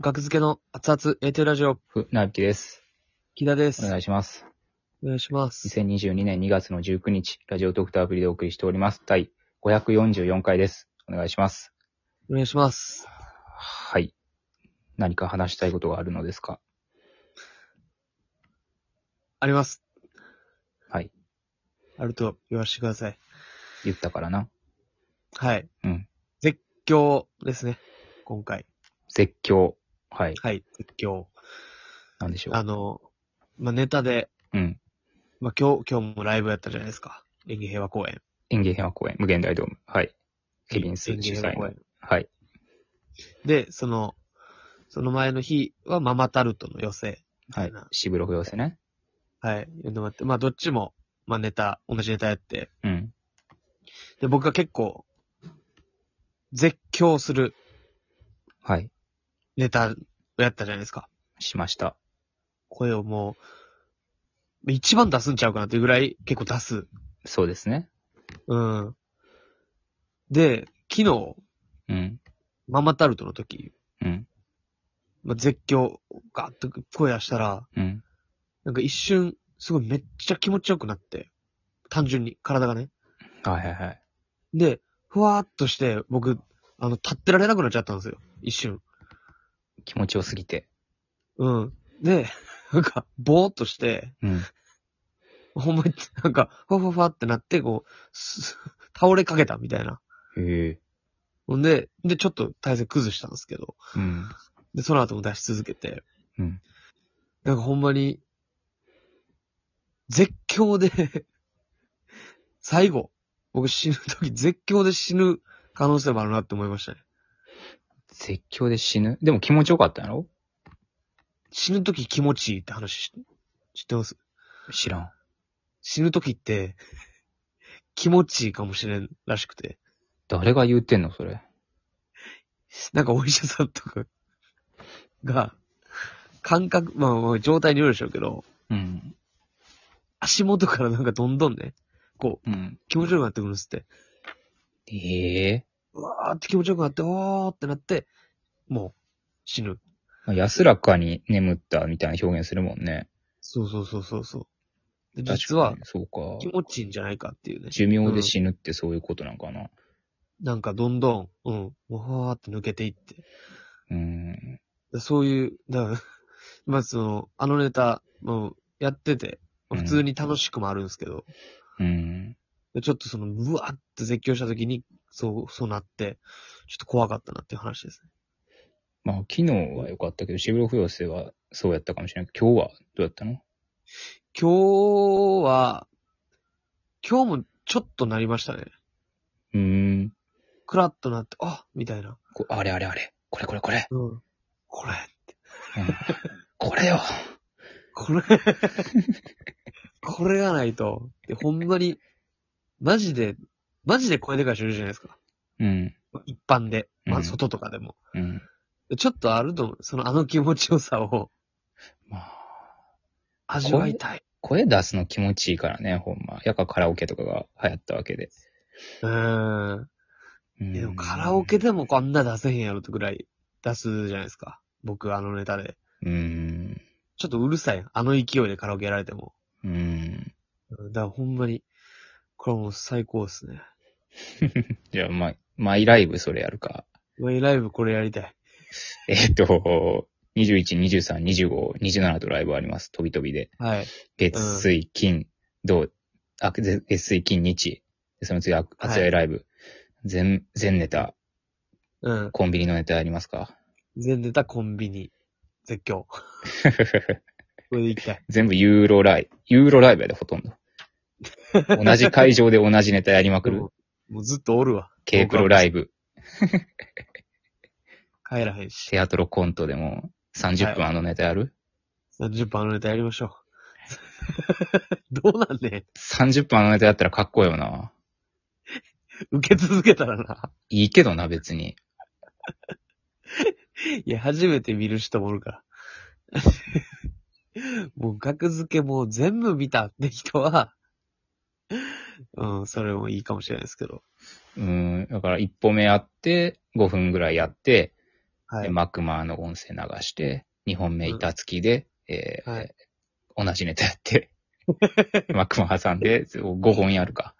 学付けの熱々エーテルラジオ、船木です。木田でおす。願いします。お願いします。 2022年2月の19日、ラジオドクターぶりでお送りしております。第544回です。お願いします。お願いします。はい。何か話したいことがあるのですかあります。はい。あると言わせてください。言ったからな。はい。うん。絶叫ですね。今回。絶叫。はい。はい。絶叫。なんでしょあう。の、まあ、ネタで、うん。まあ、今日、今日もライブやったじゃないですか。演技平和公演。演芸平和公演、無限大ドーム。はい。ケビンス演主芸催公の演。。はい。で、その、その前の日はママタルトの寄せ。はい。シブロフ寄せね。はい。いうのがあって、まあ、どっちも、まあ、ネタ、同じネタやって、うん。で、僕が結構、絶叫するはい。ネタをやったじゃないですか。しました。声をもう、一番出すんちゃうかなっていうぐらい結構出す。そうですね。うん。で、昨日、うん。ママタルトの時、うん。まあ、絶叫、ガーッと声出したら、うん。なんか一瞬、すごいめっちゃ気持ちよくなって、単純に、体がね。はいはいはい。で、ふわーっとして、僕、あの、立ってられなくなっちゃったんですよ。一瞬。気持ちよすぎて。うん。で、なんか、ぼーっとして、うん。 ほんまに、なんか、ふわふわふわってなって、こう、す 倒れかけたみたいな。へえ。ほんで、で、ちょっと体勢崩したんですけど、うん。で、その後も出し続けて、うん。なんかほんまに、絶叫で、 最後、僕死ぬ時絶叫で死ぬ可能性もあるなって思いましたね。絶叫で死ぬでも気持ちよかったんやろ死ぬ時気持ちいいって話し知ってます知らん。死ぬ時って、 気持ちいいかもしれんらしくて、誰が言ってんのそれ。なんかお医者さんとかが、感覚、まあまあ状態によるでしょうけど、うん。足元からなんかどんどんね、こう、うん。気持ちよくなってくるんですって。ええうわーって気持ちよくなって、おーってなって、もう、死ぬ。まあ安らかに眠ったみたいな表現するもんね。そうそうそうそうそう。で実は確、かにそ気うか。持ちいいんじゃないかっていうね。寿命で死ぬってそういうことなんかな。なんかどんどん、うん、もうわーって抜けていって。うん。でそういう、だから、 まあその、あのネタ、もう、やってて、まあ普通に楽しくもあるんですけど、うん。で、ちょっとその、うわーって絶叫した時に、そう、そうなって、ちょっと怖かったなっていう話ですね。まあ、昨日は良かったけど、渋谷不要性はそうやったかもしれないけど、今日はどうやったの今日は、今日もちょっとなりましたね。うーん。クラッとなって、あみたいな。こあれあれあれ。これこれこれ。うん。これ、うん、これよ。これ、 これがないと。で、ほんまに、マジで、マジで声でかい人いるじゃないですか。うん。一般で。まうあ、ん外とかでも。うん。でちょっとあると思う。その、あの気持ちよさをまあ、味わいたい。声出すの気持ちいいからね、ほんま。やっぱカラオケとかが流行ったわけで。うーん。うんでもカラオケでもこんな出せへんやろってぐらい出すじゃないですか。僕あのネタで。うーん。ちょっとうるさいやん。あの勢いでカラオケやられても。うーん。うんだからほんまに、これもう最高ですね。じゃあ、ま、マイライブそれやるか。 マイライブこれやりたい。えっと、21、23、25、27とライブあります。飛び飛びで。はい。月、水、金、土、あ、ぜ月、水、金、日。でその次、あ熱いライブ。全、全ネタ、うん。コンビニのネタやりますか。全ネタコンビニ。絶 叫。これでいきたい。全部ユーロライユーロライブやで、ほとん ど。同じ会場で同じネタやりまくでるも。もうずっとおるわ。 K プロライイブ。ブ。帰らへんし。テアトロコントでも30分あのネタやる、 30分あのネタやりましょう。 どうなんね ?30 分あのネタやったらかっこいいよな。ん受け続けたらな。いいけどな、別に。いや、初めて見る人もおるから。 もう、額付けもう全部見たって人は、うん、それもいいかもしれないですけど。うん、だから一歩目やって、5分ぐらいやって、はでい。マクマーの音声流して、2本目板付きで、えーはい同じネタや って、マクマー挟んで、5本やるか。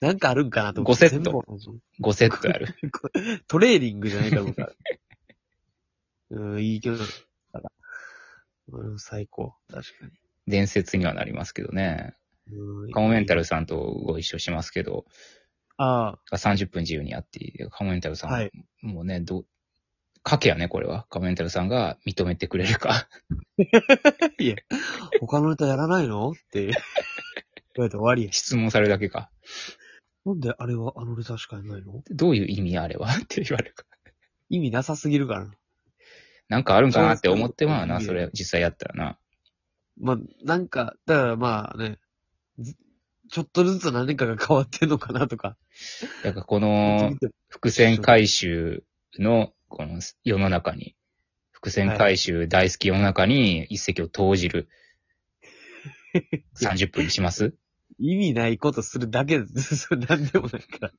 なんかあるんかなと思って。五セット全部同じ5セットやる。トレーニングじゃないか、僕は。 うん、いいけど、ただ。うん、最高。確か伝説にはなりますけどね。に。うんカモメンタル。ルさんとご一緒しますけど、あ30分自由にやっていい、カモメンタルあ、さん、はい。 もうね、どう、賭けやね、これは。カモメンタルさんが認めてくれるか。 いや、他のネタやらないのって、 言われて終わりやし。質問されるだけか。なんであれはあのネタしかやらないのどういう意味あれは って言われるか。意味なさすぎるからな。なんかあるんかなって思ってまうそうな、ですそねれ、実際やったらな。まあ、なんか、だからまあね、ずちょっとずつ何年かが変わってんのかなとか。だからこの、伏線回収の、この世の中に、伏線回収大好き世の中に一石を投じる。30分にします意味ないことするだけです。 それなんでもない から。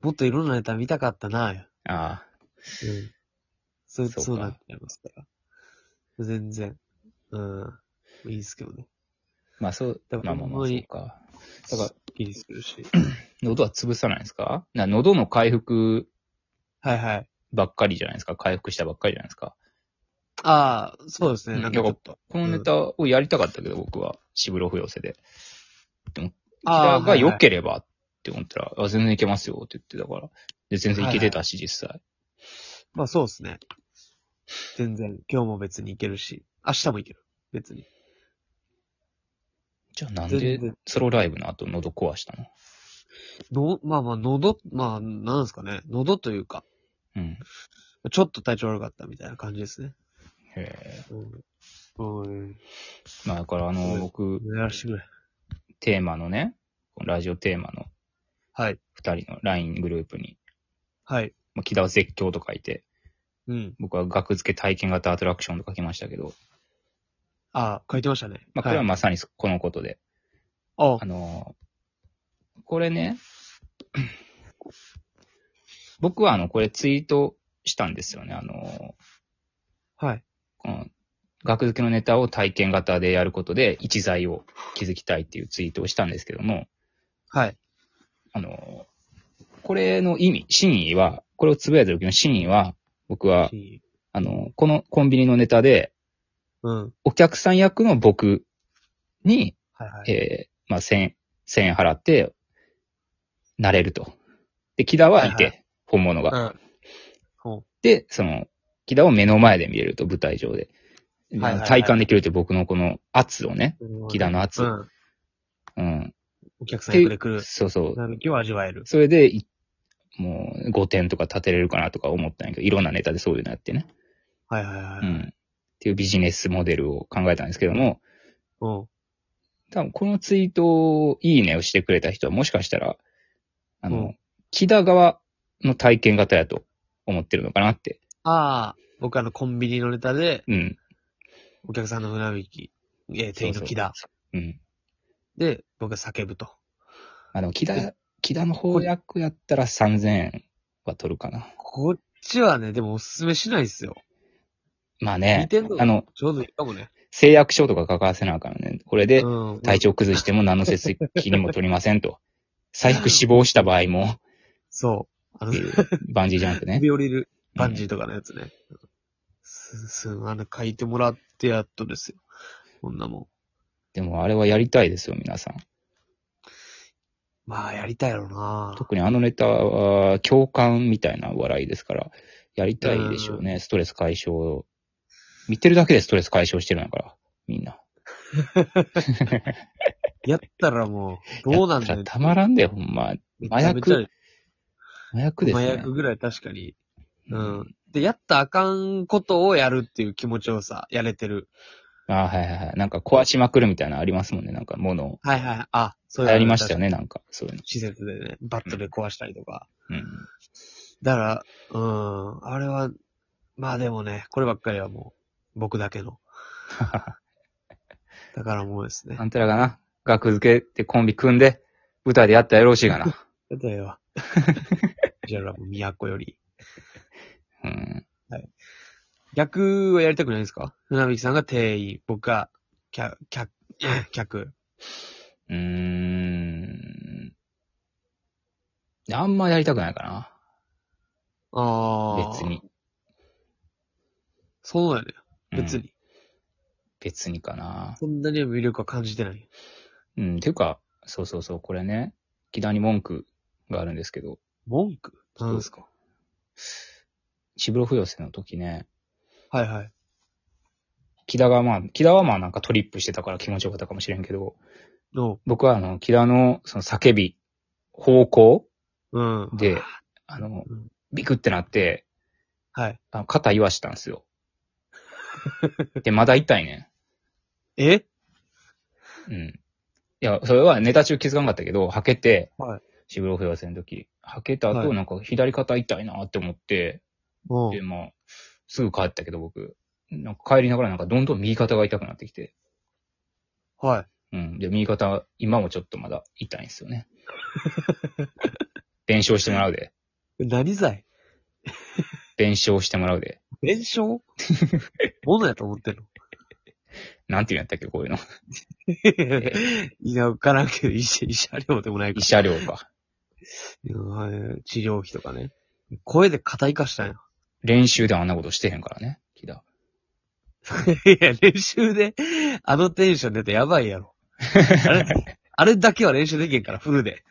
もっといろんなネタ見たかったなぁ。うん。あそう、そうかそうなっちゃいますから。全然。うん。いいですけどね。あ。まあそう、だまかあらまあほんまあまそうにか。だだか、から気にするし。喉は潰さないんですかな喉の回復はいはい。ばっかりじゃないですか回復したばっかりじゃないですかああ、そうですうね。んなんかちょっと。このネタをやりたかったけど、僕は。シブロフ寄せで。ああ、が良はいければって思ったら、あ、全然いけますよって言ってたから。で、全然いけてたし、実際。はいまあそうですね。全然、今日も別にいけるし、明日もいける。別に。じゃあなん全で然、ソロライブの後喉壊したのの、まあまあ、喉、まあ、なんですかね。喉というか、うん。ちょっと体調悪かったみたいな感じですね。へえ。うん。うん。まあだからあの、僕、やらしてくれ。テーマのね、このラジオテーマのはい。二人の LINE グループに、はい。まあ、木田は絶叫と書いて、うん。僕は学付け体験型アトラクションと書きましたけど、ああ、書いてましたね。、まあこれはいまさにこのことで、ああの、これね、 僕はあの、これツイートしたんですよね。あの、はい。この、学付けのネタを体験型でやることで、一材を築きたいっていうツイートをしたんですけども、はい。あの、これの意味、真意は、これをつぶやいた時の真意は、僕は、あの、このコンビニのネタで、うん。お客さん役の僕に、はいはい。えー、まあ、1000、1000円払って、なれると。で、木田はいはいはて、本物が。うん。ほで、その、木田を目の前で見れると、舞台上で。いはいはい体感できるって僕のこの圧をね、う。木田の圧う。ん。うん。お客さん役で来る。そうそう。なる気を味わえる。それで、いもう5点とか立てれるかなとか思ったんやけど、いろんなネタでそういうのやってね。はいはいはうい。ん。っていうビジネスモデルを考えたんですけども、うん。多分このツイートをいいねをしてくれた人はもしかしたら、あの、うん木田側の体験型やと思ってるのかなって。ああ、僕あの、コンビニのネタで、うん。お客さんの船引き、えー、店員の木田。うん。で、僕が叫ぶと。あの、木田、木田の方役やったら3000円は取るかな。こっちはね、でもおすすめしないですよ。まあ似ね、てんのあの、ちょうどいいかもね。誓約書とか書かせなあかんね。これでうん。体調崩しても何の節気にも取りません と。最悪死亡した場合も、そう。あの、バンジージャン プね。飛び降りるバンジーとかのやつね。す、す、あの、書いてもらってやっとですよ。こんなもん。でもあれはやりたいですよ、皆さん。まあ、やりたいやろうな特にあのネタは共感みたいな笑いですから、やりたいでしょうね。ストレス解消。見てるだけでストレス解消してるんだから、みんな。やったらもう、どうなんだやよったらたまらんだよ、ほんま。麻めちゃ薬め、麻薬ちでゃす麻ね。薬ぐらい確かに。ううんん。で、やったらあかんことをやるっていう気持ちをさ、やれてる。あはいはいはい。なんか壊しまくるみたいなのありますもんね。なんか物を。はいはい。あ、そう流いう。行りましたよ。ね、なんか。そういうの。施設でね、バットで壊したりとか。うん。だから、うん、あれは、まあでもね、こればっかりはもう、僕だ けの。だからもうですねあ。んたらがな、学付けってコンビ組んで、舞台でや ったらよろしいかな。だよ。じゃあ、都より。うん。逆はやりたくないんですか船引さんが店員、僕が客、客、客。うーん。あんまやりたくないかあな。あ。別に。。そうなんだよ。うん別に。別にかな。そんなには魅力は感じてない。うん。ていうか、そうそうそう、これね、木田に文句があるんですけど、文句なんですか千室不せの時ね、はいはい。木田がまあ、木田はまあなんかトリップしてたから気持ちよかったかもしれんけど、の、僕はあの、木田のその叫び、方向うん。で、あのうん、ビクってなって、はい。あの肩言わしたんですよ。で、まだ痛いねえん。うん。いや、それはネタ中気づかなかったけど、はけて、はいシブロフェア戦の時、はけた後、はいなんか左肩痛いなって思って、もうで、まあ、すぐ帰ったけど僕、なんか帰りながらなんかどんどん右肩が痛くなってきて、ん。はい。うん。で、右肩、今もちょっとまだ痛いんです よね。弁償してもらうで。何罪弁償してもらうで。弁 償ものやと思ってんのなんていうんやったっけ、こういうの。 いや、わからんけど、医者、医者料でもないか慰謝料か。らうん治療費とかね。声で硬いかしたんや。練習であんなことしてへんからね、木田。 いや、練習で、あのテンション出てやばいやろ。あ れ、あれだけは練習できへんから、フルで。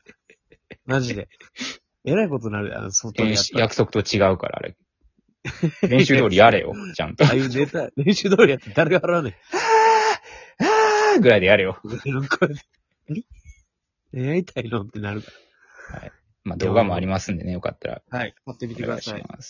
マジで。 えらいことになるよ、あの、外に練やっ習たら。約束と違うから、あれ。練習通りやれよ、ちゃんと。ああいうネタ、練習通りやって誰が払わねあーぐらいでやれよ。え。俺の声で。 何えやりたいのってなるかまあ、動画もありますんでね、よかったら、ら。はい。買ってみお願いします。